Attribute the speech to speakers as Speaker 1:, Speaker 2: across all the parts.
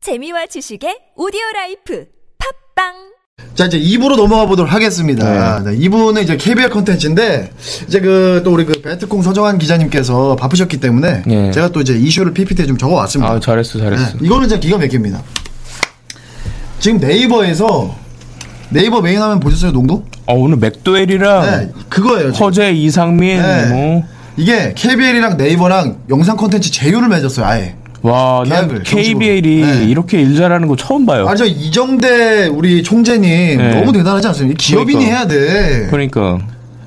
Speaker 1: 재미와 지식의 오디오 라이프 팝빵
Speaker 2: 자 이제 2부로 넘어가 보도록 하겠습니다. 네. 2부는 이제 KBL 컨텐츠인데 이제 그 또 우리 그 배트콩 서정환 기자님께서 바쁘셨기 때문에
Speaker 3: 네.
Speaker 2: 제가 또 이제 이슈를 PPT에 좀 적어왔습니다.
Speaker 3: 아 잘했어 잘했어.
Speaker 2: 음. 네, 이거는 진짜 기가 막힙니다. 지금 네이버에서 네이버 메인 화면 보셨어요 농구?
Speaker 3: 아 오늘 맥도웰이랑
Speaker 2: 네, 그거예요. 지금.
Speaker 3: 허재 이상민 뭐.
Speaker 2: 네. 이게 KBL이랑 네이버랑 영상 컨텐츠 제휴를 맺었어요. 아예.
Speaker 3: 뭐와난
Speaker 2: 계약을 정식으로.
Speaker 3: KBL이
Speaker 2: 네.
Speaker 3: 이렇게 일 잘하는 거 처음 봐요.
Speaker 2: 아 저 이정대 우리 총재님
Speaker 3: 어. 네.
Speaker 2: 너무 대단하지 않습니까? 기업인이
Speaker 3: 그러니까.
Speaker 2: 해야 돼.
Speaker 3: 그러니까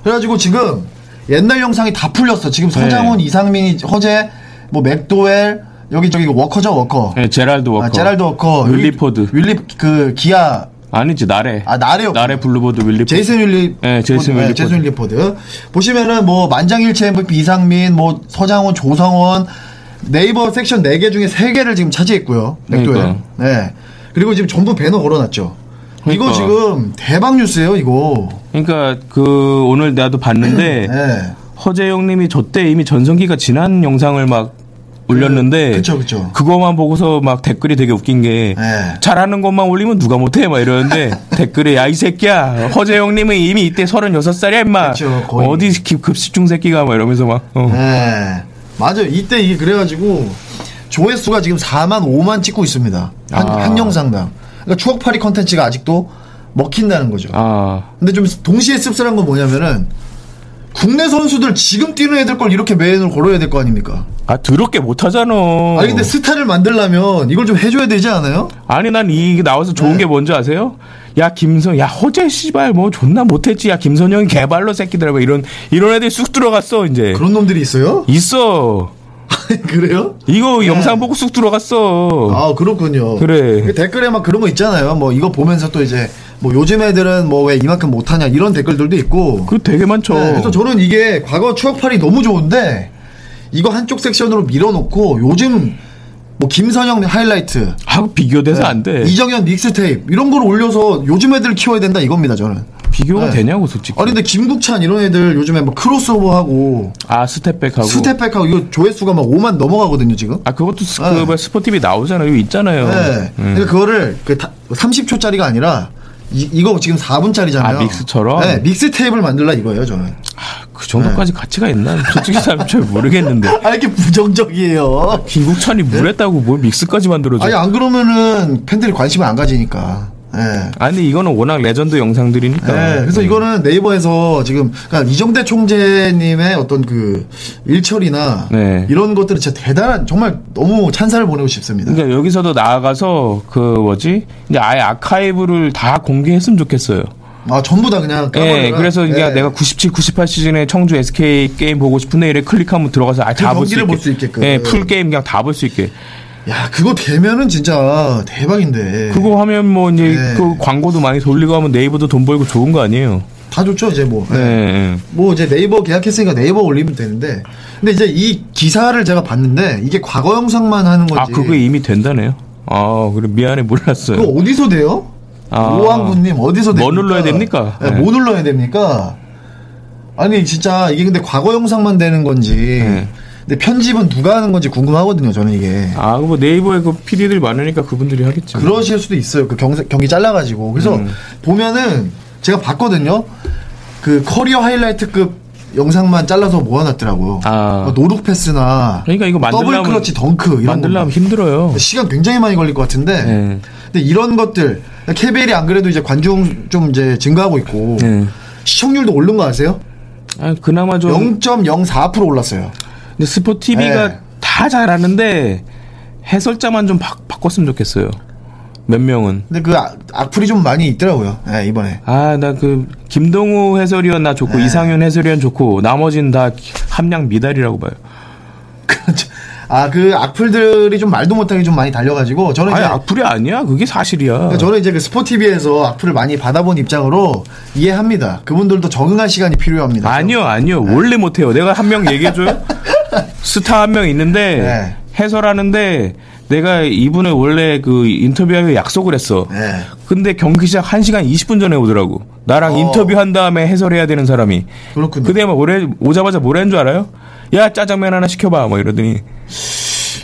Speaker 2: 그래가지고 지금 옛날 영상이 다 풀렸어. 지금 서장훈,
Speaker 3: 네.
Speaker 2: 이상민이 허재, 뭐 맥도웰 여기 저기 워커죠 워커.
Speaker 3: 네, 제랄드 워커,
Speaker 2: 아, 제랄드 워커,
Speaker 3: 윌리포드
Speaker 2: 윌리 그 기아
Speaker 3: 아니지 나래
Speaker 2: 아 나래요.
Speaker 3: 나래 블루보드 윌리포드
Speaker 2: 제이슨 윌리,
Speaker 3: 네, 제이슨
Speaker 2: 포드,
Speaker 3: 윌리포드.
Speaker 2: 제이슨 윌리포드. 보시면은 뭐 만장일치 MVP 이상민, 뭐 서장훈, 조성원 네이버 섹션 4개 중에 3개를 지금 차지했고요. 맥도웰.
Speaker 3: 그러니까.
Speaker 2: 네. 그리고 지금 전부 배너 걸어놨죠. 이거
Speaker 3: 그러니까.
Speaker 2: 지금 대박 뉴스예요, 이거.
Speaker 3: 그러니까 그 오늘 나도 봤는데
Speaker 2: 네.
Speaker 3: 허재영님이 저때 이미 전성기가 지난 영상을 막 올렸는데
Speaker 2: 그쵸, 그쵸.
Speaker 3: 거만 보고서 막 댓글이 되게 웃긴 게
Speaker 2: 네.
Speaker 3: 잘하는 것만 올리면 누가 못해 막 이러는데 댓글에 야 이 새끼야 허재영님은 이미 이때 36살이야 임마
Speaker 2: 그쵸, 거의.
Speaker 3: 어디 기- 급식중 새끼가 막 이러면서 막 어.
Speaker 2: 네. 맞아요. 이때 이게 그래가지고 조회수가 지금 4만 5만 찍고 있습니다. 한,
Speaker 3: 아.
Speaker 2: 한 영상당. 그러니까 추억팔이 컨텐츠가 아직도 먹힌다는 거죠.
Speaker 3: 아
Speaker 2: 근데 좀 동시에 씁쓸한 건 뭐냐면은 국내 선수들 지금 뛰는 애들 걸 이렇게 메인으로 걸어야 될 거 아닙니까?
Speaker 3: 아 더럽게 못하잖아.
Speaker 2: 아니
Speaker 3: 어.
Speaker 2: 근데 스타를 만들려면 이걸 좀 해줘야 되지 않아요?
Speaker 3: 아니 난 이게 나와서 좋은
Speaker 2: 네.
Speaker 3: 게 뭔지 아세요? 야 김선, 야 허재 씨발 뭐 존나 못했지. 야 김선영이 개발로 새끼들 뭐 이런 이런 애들이 쑥 들어갔어 이제
Speaker 2: 그런 놈들이 있어요?
Speaker 3: 있어.
Speaker 2: 그래요?
Speaker 3: 이거 영상 보고 쑥 들어갔어.
Speaker 2: 네. 아 그렇군요.
Speaker 3: 그래.
Speaker 2: 그 댓글에 막 그런 거 있잖아요. 뭐 이거 보면서 또 이제 뭐 요즘 애들은 뭐 왜 이만큼 못하냐 이런 댓글들도 있고.
Speaker 3: 그거 되게 많죠.
Speaker 2: 네, 그래서 저는 이게 과거 추억팔이 너무 좋은데 이거 한쪽 섹션으로 밀어놓고 요즘 뭐 김선영 하이라이트
Speaker 3: 하고 비교돼서 안 돼.
Speaker 2: 네. 이정현 믹스테이프 이런 걸 올려서 요즘 애들 키워야 된다 이겁니다 저는
Speaker 3: 비교가
Speaker 2: 네.
Speaker 3: 되냐고 솔직히.
Speaker 2: 아니 근데 김국찬 이런 애들 요즘에 뭐 크로스오버하고
Speaker 3: 아 스텝백하고.
Speaker 2: 스텝백하고 이거 조회수가 막 5만 넘어가거든요 지금
Speaker 3: 아 그것도 스,
Speaker 2: 네.
Speaker 3: 그 뭐야, 스포티비 나오잖아요. 이거 있잖아요.
Speaker 2: 네.
Speaker 3: 음.
Speaker 2: 근데 그거를 그 30초짜리가 아니라 이, 이거 지금 4분짜리잖아요
Speaker 3: 아, 믹스처럼?
Speaker 2: 네 믹스테이프를 만들라 이거예요 저는
Speaker 3: 그 정도까지
Speaker 2: 네.
Speaker 3: 가치가 있나? 솔직히 사람 잘 모르겠는데.
Speaker 2: 아 이렇게 부정적이에요
Speaker 3: 김국찬이 물했다고 뭘 믹스까지 만들어줘?
Speaker 2: 네. 아니 안 그러면은 팬들이 관심을 안 가지니까. 예.
Speaker 3: 아니 이거는 워낙 레전드 영상들이니까.
Speaker 2: 예, 그래서 이거는 네이버에서 지금 그러니까 이정대 총재님의 어떤 그 일처리나
Speaker 3: 네.
Speaker 2: 이런 것들은 진짜 대단한 정말 너무 찬사를 보내고 싶습니다.
Speaker 3: 그러니까 여기서도 나아가서 그 뭐지 이제 아예 아카이브를 다 공개했으면 좋겠어요.
Speaker 2: 아 전부 다 그냥 까버려라.
Speaker 3: 예, 그래서 이제
Speaker 2: 예.
Speaker 3: 내가 97, 98 시즌에 청주 SK 게임 보고 싶은데 이래 클릭하면 들어가서 아예 다볼 수
Speaker 2: 그 경기를
Speaker 3: 있게.
Speaker 2: 볼수 있게끔. 예.
Speaker 3: 예, 풀 게임 그냥 다 볼 수 있게.
Speaker 2: 야 그거 되면은 진짜 대박인데.
Speaker 3: 그거 하면 뭐 이제
Speaker 2: 네.
Speaker 3: 그 광고도 많이 돌리고 하면 네이버도 돈 벌고 좋은 거 아니에요?
Speaker 2: 다 좋죠 이제 뭐.
Speaker 3: 예.
Speaker 2: 예.
Speaker 3: 예.
Speaker 2: 뭐 이제 네이버 계약했으니까 네이버 올리면 되는데. 근데 이제 이 기사를 제가 봤는데 이게 과거 영상만 하는 건지.
Speaker 3: 아, 그게 이미 된다네요. 아, 그래 미안해 몰랐어요.
Speaker 2: 그거 어디서 돼요?
Speaker 3: 네. 아.
Speaker 2: 오왕구님 어디서
Speaker 3: 뭐
Speaker 2: 됩니까?
Speaker 3: 눌러야 됩니까?
Speaker 2: 네,
Speaker 3: 네.
Speaker 2: 뭐 눌러야 됩니까? 아니 진짜 이게 근데 과거 영상만 되는 건지
Speaker 3: 네.
Speaker 2: 근데 편집은 누가 하는 건지 궁금하거든요 저는 이게
Speaker 3: 아, 뭐 네이버에 그 PD들 많으니까 그분들이 하겠죠.
Speaker 2: 그러실 수도 있어요 그 경, 경기 잘라가지고 그래서
Speaker 3: 음.
Speaker 2: 보면은 제가 봤거든요 그 커리어 하이라이트급 영상만 잘라서 모아놨더라고요
Speaker 3: 아.
Speaker 2: 뭐 노룩 패스나
Speaker 3: 그러니까 이거
Speaker 2: 더블
Speaker 3: 만들려면-
Speaker 2: 클러치 덩크 이런 거
Speaker 3: 만들려면 힘들어요.
Speaker 2: 시간 굉장히 많이 걸릴 것 같은데.
Speaker 3: 네.
Speaker 2: 근데 이런 것들 KBL이 안 그래도 이제 관중 좀 이제 증가하고 있고
Speaker 3: 네.
Speaker 2: 시청률도 오른 거 아세요?
Speaker 3: 아, 그나마 좀
Speaker 2: 0.04% 올랐어요.
Speaker 3: 근데 스포티비가
Speaker 2: 네.
Speaker 3: 다 잘하는데 해설자만 좀 바, 바꿨으면 좋겠어요. 몇 명은.
Speaker 2: 근데 그 악- 악플이 좀 많이 있더라고요. 네, 이번에.
Speaker 3: 아, 나 그 김동우 해설위원 나
Speaker 2: 네.
Speaker 3: 좋고 이상윤 해설위원 좋고 나머지는 다 함량 미달이라고 봐요.
Speaker 2: 아 그 악플들이 좀 말도 못하게 좀 많이 달려가지고 저는
Speaker 3: 아니
Speaker 2: 이제
Speaker 3: 악플이 아니야. 그게 사실이야.
Speaker 2: 그러니까 저는 이제 그 스포티비에서 악플을 많이 받아본 입장으로 이해합니다. 그분들도 적응할 시간이 필요합니다.
Speaker 3: 아니요, 아니요. 원래 못해요. 내가 한 명 얘기해줘요. 스타 한 명 있는데
Speaker 2: 네.
Speaker 3: 해설하는데 내가 이분을 원래 그 인터뷰하기로 약속을 했어.
Speaker 2: 네.
Speaker 3: 근데 경기 시작 1시간 20분 전에 오더라고. 나랑
Speaker 2: 어.
Speaker 3: 인터뷰한 다음에 해설해야 되는 사람이.
Speaker 2: 그렇군요.
Speaker 3: 그대 막 오래, 오자마자 뭐라 했는 줄 알아요? 야, 짜장면 하나 시켜봐. 뭐 이러더니.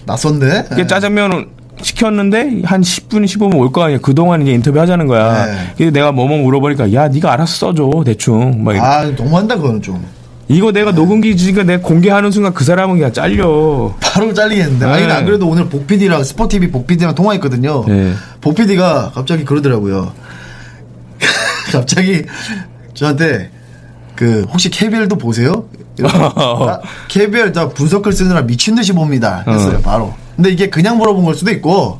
Speaker 2: 낯선데. 예.
Speaker 3: 이게 짜장면은 시켰는데 한 10분 15분 올 거 아니야. 그동안 이제 인터뷰 하자는 거야.
Speaker 2: 네.
Speaker 3: 근데 내가 뭐뭐 물어보니까 야, 네가 알아서 써줘. 대충. 막 이래.
Speaker 2: 아 네. 너무한다 그거는 좀
Speaker 3: 이거 내가 녹음기 지니까 내가 공개하는 순간 그 사람은 그냥 잘려.
Speaker 2: 바로 잘리겠는데 아니
Speaker 3: 네.
Speaker 2: 안 그래도 오늘 복PD랑 스포티비 복PD랑 통화했거든요
Speaker 3: 네.
Speaker 2: 복PD가 갑자기 그러더라고요 갑자기 저한테 그 혹시 KBL도 보세요? 이러고, 아, KBL 나 분석글 쓰느라 미친 듯이 봅니다 했어요
Speaker 3: 어.
Speaker 2: 바로 근데 이게 그냥 물어본 걸 수도 있고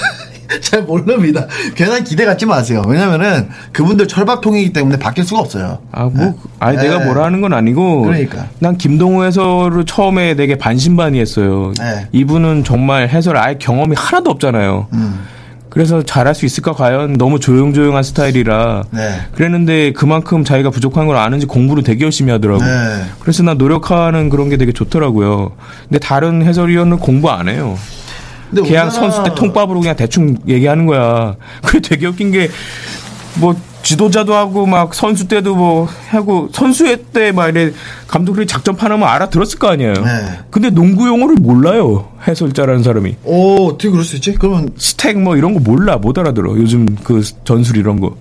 Speaker 2: 잘 모릅니다 괜한 기대 갖지 마세요 왜냐면은 그분들 철밥통이기 때문에 바뀔 수가 없어요
Speaker 3: 아, 뭐, 아니, 내가
Speaker 2: 네.
Speaker 3: 뭐라 하는 건 아니고.
Speaker 2: 그러니까.
Speaker 3: 난 김동호 해설을 처음에 되게 반신반의 했어요.
Speaker 2: 네.
Speaker 3: 이분은 정말 해설 아예 경험이 하나도 없잖아요.
Speaker 2: 음.
Speaker 3: 그래서 잘할 수 있을까, 과연? 너무 조용조용한 스타일이라.
Speaker 2: 네.
Speaker 3: 그랬는데 그만큼 자기가 부족한 걸 아는지 공부를 되게 열심히 하더라고요.
Speaker 2: 네.
Speaker 3: 그래서 난 노력하는 그런 게 되게 좋더라고요. 근데 다른 해설위원은 공부 안 해요.
Speaker 2: 근데
Speaker 3: 그냥
Speaker 2: 우리나라-
Speaker 3: 선수 때 통밥으로 그냥 대충 얘기하는 거야. 그게 되게 웃긴 게 뭐 지도자도 하고 막 선수 때도 뭐 하고 선수회 때 막 이래 감독들이 작전판하면 알아들었을 거 아니에요.
Speaker 2: 네.
Speaker 3: 근데 농구 용어를 몰라요. 해설자라는 사람이.
Speaker 2: 오 어떻게 그럴 수 있지? 그러면
Speaker 3: 스택 뭐 이런 거 몰라 못 알아들어 요즘 그 전술 이런 거.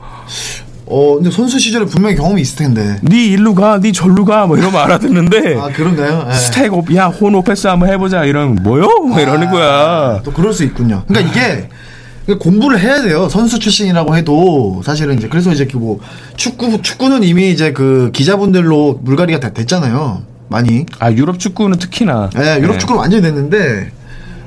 Speaker 2: 어, 근데 선수 시절에 분명히 경험이 있을 텐데.
Speaker 3: 네 일로 가, 네 절로 가, 뭐 이러면 알아듣는데
Speaker 2: 아, 그런가요? 예.
Speaker 3: 스택 업, 야, 혼 오패스 한번 해보자 이런 뭐요? 뭐 이러는
Speaker 2: 아.
Speaker 3: 거야.
Speaker 2: 또 그럴 수 있군요. 그러니까 이게 그러니까 공부를 해야 돼요. 선수 출신이라고 해도 사실은 이제 그래서 이제 그 뭐 축구 축구는 이미 이제 그 기자분들로 물갈이가 다 됐잖아요. 많이.
Speaker 3: 아 유럽 축구는 특히나.
Speaker 2: 예, 유럽
Speaker 3: 네.
Speaker 2: 축구는 완전히 됐는데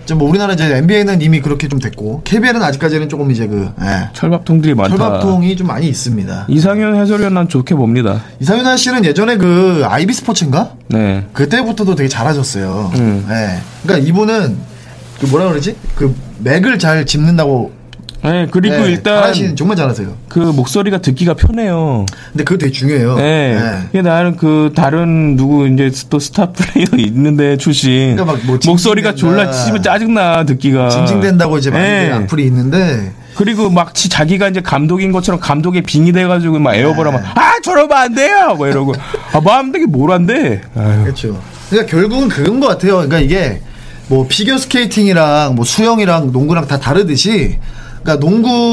Speaker 2: 이제 뭐 우리나라 이제 NBA는 이미 그렇게 좀 됐고 KBL은 아직까지는 조금 이제 그 예.
Speaker 3: 철밥통들이 많다.
Speaker 2: 철밥통이 좀 많이 있습니다.
Speaker 3: 이상현 해설위원 난 좋게 봅니다.
Speaker 2: 이상윤아 씨는 예전에 그 아이비 스포츠인가?
Speaker 3: 네.
Speaker 2: 그때부터도 되게 잘하셨어요.
Speaker 3: 음.
Speaker 2: 예. 그러니까 이분은 그 뭐라 그러지? 그 맥을 잘 짚는다고.
Speaker 3: 네, 그리고
Speaker 2: 예,
Speaker 3: 일단
Speaker 2: 잘하시는 정말 잘하세요.
Speaker 3: 그 목소리가 듣기가 편해요.
Speaker 2: 근데 그거 되게 중요해요.
Speaker 3: 네.
Speaker 2: 예.
Speaker 3: 이게 나는 그 다른 누구 이제 또 스타 플레이어 있는데 출신
Speaker 2: 그러니까 막뭐
Speaker 3: 목소리가
Speaker 2: 징징댄다.
Speaker 3: 졸라 씹어 짜증나 듣기가
Speaker 2: 징징댄다고 이제 많이
Speaker 3: 네.
Speaker 2: 네. 악플이 있는데
Speaker 3: 그리고 막 지- 자기가 이제 감독인 것처럼 감독에 빙이 돼가지고 막 에어버라
Speaker 2: 네.
Speaker 3: 막아 저러면 안 돼요 막 이러고 아 마음대로 뭐란데 아유.
Speaker 2: 그렇죠. 그러니까 결국은 그건 것 같아요. 그러니까 이게 뭐 피겨 스케이팅이랑 뭐 수영이랑 농구랑 다 다르듯이 그러니까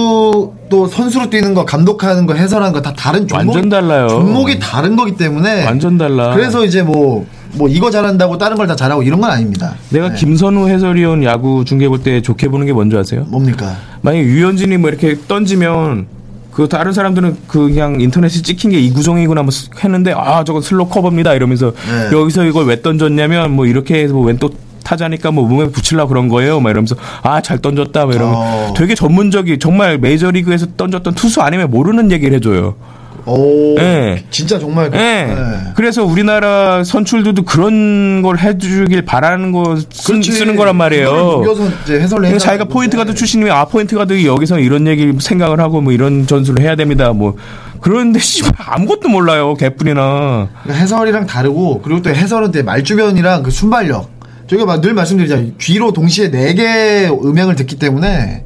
Speaker 2: 농구도 선수로 뛰는 거, 감독하는 거, 해설하는 거 다 다른 종목
Speaker 3: 완전 달라요.
Speaker 2: 종목이 다른 거기 때문에
Speaker 3: 완전 달라.
Speaker 2: 그래서 이제 뭐, 뭐 이거 잘한다고 다른 걸 다 잘하고 이런 건 아닙니다.
Speaker 3: 내가
Speaker 2: 네.
Speaker 3: 김선우 해설위원 야구 중계 볼 때 좋게 보는 게 뭔지 아세요?
Speaker 2: 뭡니까?
Speaker 3: 만약에 유현진이 뭐 이렇게 던지면 그 다른 사람들은 그 그냥 인터넷이 찍힌 게 이구정이구나 뭐 스- 했는데 아 저건 슬로 커버입니다 이러면서
Speaker 2: 네.
Speaker 3: 여기서 이걸 왜 던졌냐면 뭐 이렇게 해서 뭐 왼쪽 타자니까 뭐 몸에 붙일라 그런 거예요 막 이러면서 아 잘 던졌다 막 이러면
Speaker 2: 어.
Speaker 3: 되게 전문적이 정말 메이저리그에서 던졌던 투수 아니면 모르는 얘기를 해줘요.
Speaker 2: 오,
Speaker 3: 네.
Speaker 2: 진짜 정말. 그-
Speaker 3: 예.
Speaker 2: 네.
Speaker 3: 그래서 우리나라 선출들도 그런 걸 해주길 바라는 거 쓰,
Speaker 2: 그렇지.
Speaker 3: 쓰는 거란
Speaker 2: 그걸
Speaker 3: 말이에요.
Speaker 2: 녹여서 이제 해설을 해야
Speaker 3: 그러니까 자기가
Speaker 2: 되는데.
Speaker 3: 포인트 가드 출신이면 아 포인트 가드 여기서 이런 얘기 생각을 하고 뭐 이런 전술을 해야 됩니다. 뭐 그런데 씨발 아무것도 몰라요 개뿔이나.
Speaker 2: 그러니까 해설이랑 다르고 그리고 또 해설은 또 말주변이랑 그 순발력 저희가 막 늘 말씀드리잖아요 귀로 동시에 네 개의 음향을 듣기 때문에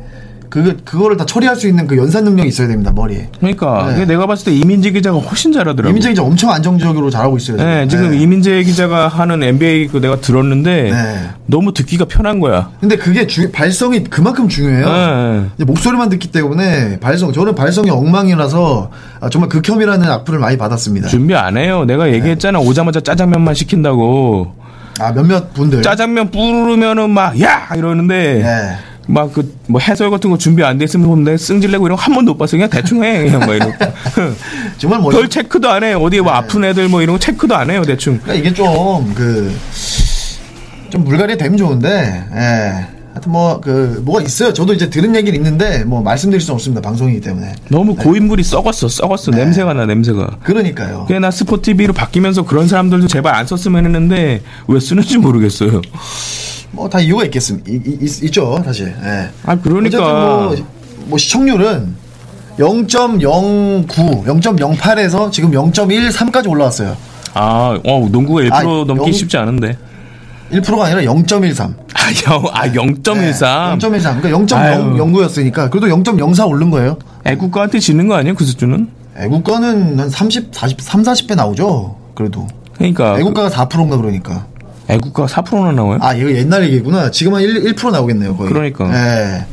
Speaker 2: 그 그거를 다 처리할 수 있는 그 연산 능력이 있어야 됩니다 머리에
Speaker 3: 그러니까
Speaker 2: 네.
Speaker 3: 이게 내가 봤을 때 이민재 기자가 훨씬 잘하더라고.
Speaker 2: 이민재 기자 엄청 안정적으로 잘하고 있어요 지금,
Speaker 3: 네, 지금
Speaker 2: 네.
Speaker 3: 이민재 기자가 하는 NBA 그 내가 들었는데
Speaker 2: 네.
Speaker 3: 너무 듣기가 편한 거야.
Speaker 2: 근데 그게 주- 발성이 그만큼 중요해요
Speaker 3: 네, 네.
Speaker 2: 이제 목소리만 듣기 때문에 발성 저는 발성이 엉망이라서 아, 정말 극혐이라는 악플을 많이 받았습니다
Speaker 3: 준비 안 해요. 내가
Speaker 2: 네.
Speaker 3: 얘기했잖아 오자마자 짜장면만 시킨다고.
Speaker 2: 아 몇몇 분들
Speaker 3: 짜장면 부르면은 막 야 이러는데
Speaker 2: 네.
Speaker 3: 막 그 뭐 해설 같은 거 준비 안 됐으면 근데 승질내고 이런 거 한 번도 못 봤어 그냥 대충 해 그냥 막 이러고
Speaker 2: 정말 멋있
Speaker 3: 별 체크도 안 해 어디
Speaker 2: 네.
Speaker 3: 뭐 아픈 애들 뭐 이런 거 체크도 안 해요 대충
Speaker 2: 그러니까 이게 좀 그 좀 물갈이 되면 좋은데 예. 하여튼 뭐 그 뭐가 있어요. 저도 이제 들은 얘기는 있는데 뭐 말씀드릴 수는 없습니다. 방송이기 때문에.
Speaker 3: 너무 고인물이 썩었어 썩었어
Speaker 2: 네.
Speaker 3: 냄새가 나 냄새가
Speaker 2: 그러니까요.
Speaker 3: 그나 스포티비로 바뀌면서 그런 사람들도 제발 안 썼으면 했는데 왜 쓰는지 모르겠어요
Speaker 2: 뭐 다 이유가 있겠습니다. 이- 이- 있, 죠 사실. 예.
Speaker 3: 아, 그러니까.
Speaker 2: 어쨌든 뭐, 뭐 시청률은 0.09, 0.08에서 지금 0.13까지 올라왔어요.
Speaker 3: 아 어, 농구가 1%
Speaker 2: 아,
Speaker 3: 넘기
Speaker 2: 영-
Speaker 3: 쉽지 않은데
Speaker 2: 1%가 아니라 0.13.
Speaker 3: 아영아
Speaker 2: 네.
Speaker 3: 0.13
Speaker 2: 0.13. 그러니까 0.09였으니까 그래도 0.04 오른 거예요.
Speaker 3: 애국가한테 지는 거 아니에요 그 수준은
Speaker 2: 애국 거는 한 30, 40, 3, 40배 나오죠. 그래도.
Speaker 3: 그러니까 그-
Speaker 2: 애국가가 4%인가 그러니까.
Speaker 3: 애국가 4%나 나와요?
Speaker 2: 아, 이거 옛날 얘기구나. 지금 한 1, 1% 나오겠네요, 거의.
Speaker 3: 그러니까.
Speaker 2: 예.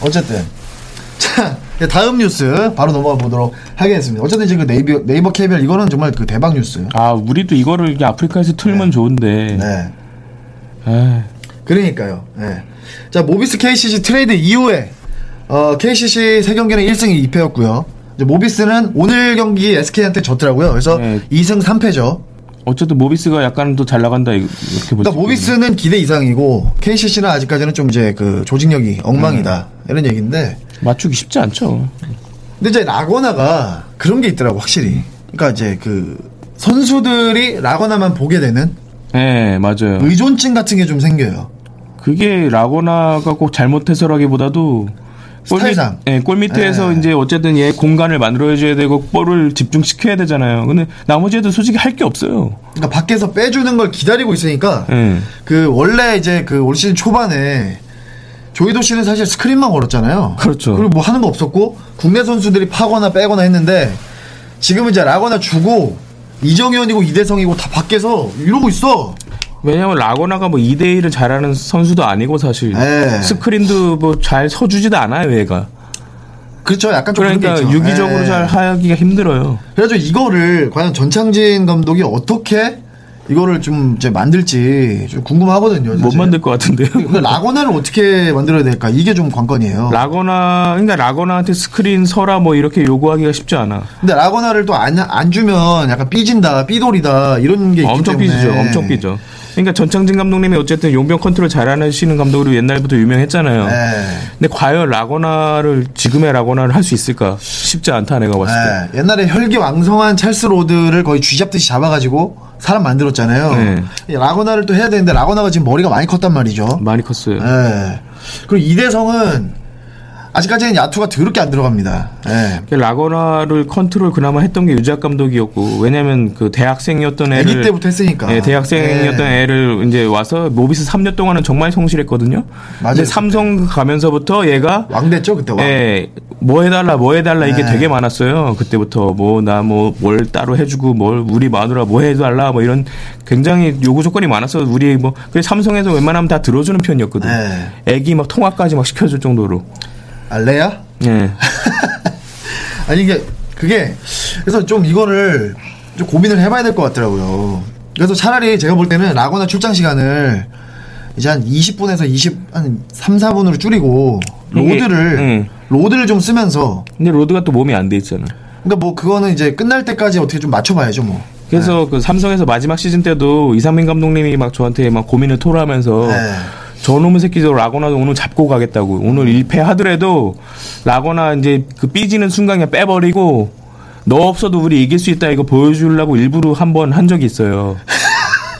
Speaker 2: 어쨌든. 자, 이제 다음 뉴스 바로 넘어가 보도록 하겠습니다. 어쨌든 지금 그 네이버, 네이버 케이블 이거는 정말 그 대박 뉴스.
Speaker 3: 아, 우리도 이거를 이게 아프리카에서 틀면 좋은데.
Speaker 2: 네.
Speaker 3: 에이,
Speaker 2: 그러니까요. 예. 자, 모비스 KCC 트레이드 이후에 어, KCC 세 경기는 1승 2패였고요. 이제 모비스는 오늘 경기 SK한테 졌더라고요. 그래서
Speaker 3: 네.
Speaker 2: 2승 3패죠.
Speaker 3: 어쨌든 모비스가 약간 더 잘 나간다 이- 이렇게 보죠.
Speaker 2: 일단 그러니까 모비스는 기대 이상이고 KCC는 아직까지는 좀 이제 그 조직력이 엉망이다.
Speaker 3: 네.
Speaker 2: 이런 얘기인데
Speaker 3: 맞추기 쉽지 않죠.
Speaker 2: 근데 이제 라거나가 그런 게 있더라고 확실히. 그러니까 이제 그 선수들이 라거나만 보게 되는
Speaker 3: 예, 맞아요.
Speaker 2: 의존증 같은 게 좀 생겨요.
Speaker 3: 그게 라고나가 꼭 잘못해서라기보다도
Speaker 2: 스타일상.
Speaker 3: 예, 골 밑에서
Speaker 2: 예.
Speaker 3: 이제 어쨌든 얘 공간을 만들어줘야 되고 볼을 집중시켜야 되잖아요. 근데 나머지 애들 솔직히 할 게 없어요.
Speaker 2: 그러니까 밖에서 빼주는 걸 기다리고 있으니까
Speaker 3: 예.
Speaker 2: 그 원래 이제 그 올 시즌 초반에 조이도 씨는 사실 스크린만 걸었잖아요.
Speaker 3: 그렇죠.
Speaker 2: 그리고 뭐 하는 거 없었고 국내 선수들이 파거나 빼거나 했는데 지금은 이제 라거나 주고 이정현이고 이대성이고 다 밖에서 이러고 있어.
Speaker 3: 왜냐면 라고나가 뭐 2대 1을 잘하는 선수도 아니고 사실
Speaker 2: 예.
Speaker 3: 스크린도 뭐 잘 서주지도 않아요, 얘가.
Speaker 2: 그렇죠. 약간 좀
Speaker 3: 그러니까
Speaker 2: 그런 게 있죠.
Speaker 3: 유기적으로
Speaker 2: 예.
Speaker 3: 잘 하기가 힘들어요.
Speaker 2: 그래서 이거를 과연 전창진 감독이 어떻게 이거를 좀 이제 만들지 좀 궁금하거든요.
Speaker 3: 못
Speaker 2: 사실.
Speaker 3: 만들 것 같은데요.
Speaker 2: 그 라고나를 어떻게 만들어야 될까 이게 좀 관건이에요.
Speaker 3: 라거나 그러니까 라거나한테 스크린 서라 뭐 이렇게 요구하기가 쉽지 않아.
Speaker 2: 근데 라고나를 또 안 안 주면 약간 삐진다, 삐돌이다 이런 게 있기
Speaker 3: 엄청
Speaker 2: 때문에
Speaker 3: 삐지죠. 엄청 삐죠. 그러니까 전창진 감독님이 어쨌든 용병 컨트롤 잘하시는 감독으로 옛날부터 유명했잖아요.
Speaker 2: 예.
Speaker 3: 근데 과연 라거나를 지금의 라거나를 할 수 있을까? 쉽지 않다 내가 봤을 때.
Speaker 2: 예. 옛날에 혈기 왕성한 찰스 로드를 거의 쥐잡듯이 잡아가지고 사람
Speaker 3: 네.
Speaker 2: 만들었잖아요. 라고나를 또 해야 되는데 라고나가 지금 머리가 많이 컸단 말이죠.
Speaker 3: 많이 컸어요.
Speaker 2: 예. 그리고 이대성은 아직까지는 야투가 더럽게 안 들어갑니다. 예.
Speaker 3: 그 라거나를 컨트롤 그나마 했던 게 유작 감독이었고 왜냐면 그 대학생이었던 애를
Speaker 2: 애기 때부터 했으니까.
Speaker 3: 예, 대학생이었던
Speaker 2: 예.
Speaker 3: 애를 이제 와서 모비스 3년 동안은 정말 성실했거든요.
Speaker 2: 맞아요,
Speaker 3: 근데 삼성 가면서부터 얘가
Speaker 2: 왕대죠 그때 왕.
Speaker 3: 예, 뭐 해달라, 뭐 해달라 이게
Speaker 2: 네.
Speaker 3: 되게 많았어요. 그때부터 뭐 나 뭐 뭘 따로 해주고 뭘 우리 마누라 뭐 해달라 뭐 이런 굉장히 요구 조건이 많았어. 우리 뭐 그래서 삼성에서 웬만하면 다 들어주는 편이었거든. 요
Speaker 2: 네.
Speaker 3: 애기 막 통화까지 막 시켜줄 정도로.
Speaker 2: 알레야?
Speaker 3: 예.
Speaker 2: 아니 이게 그게 그래서 좀 이거를 좀 고민을 해봐야 될 것 같더라고요. 그래서 차라리 제가 볼 때는 라거나 출장 시간을 이제 한 20분에서 20, 한 3, 4분으로 줄이고
Speaker 3: 이게,
Speaker 2: 로드를
Speaker 3: 음.
Speaker 2: 로드를 좀 쓰면서
Speaker 3: 근데 로드가 또 몸이 안 돼 있잖아.
Speaker 2: 그러니까 뭐 그거는 이제 끝날 때까지 어떻게 좀 맞춰봐야죠 뭐.
Speaker 3: 그래서 그 삼성에서 마지막 시즌 때도 이상민 감독님이 막 저한테 막 고민을 토로하면서
Speaker 2: 네.
Speaker 3: 저놈의 새끼들 라거나도 오늘 잡고 가겠다고 오늘 1패 하더라도 라거나 이제 그 삐지는 순간 그냥 빼버리고 너 없어도 우리 이길 수 있다 이거 보여주려고 일부러 한 번 한 적이 있어요.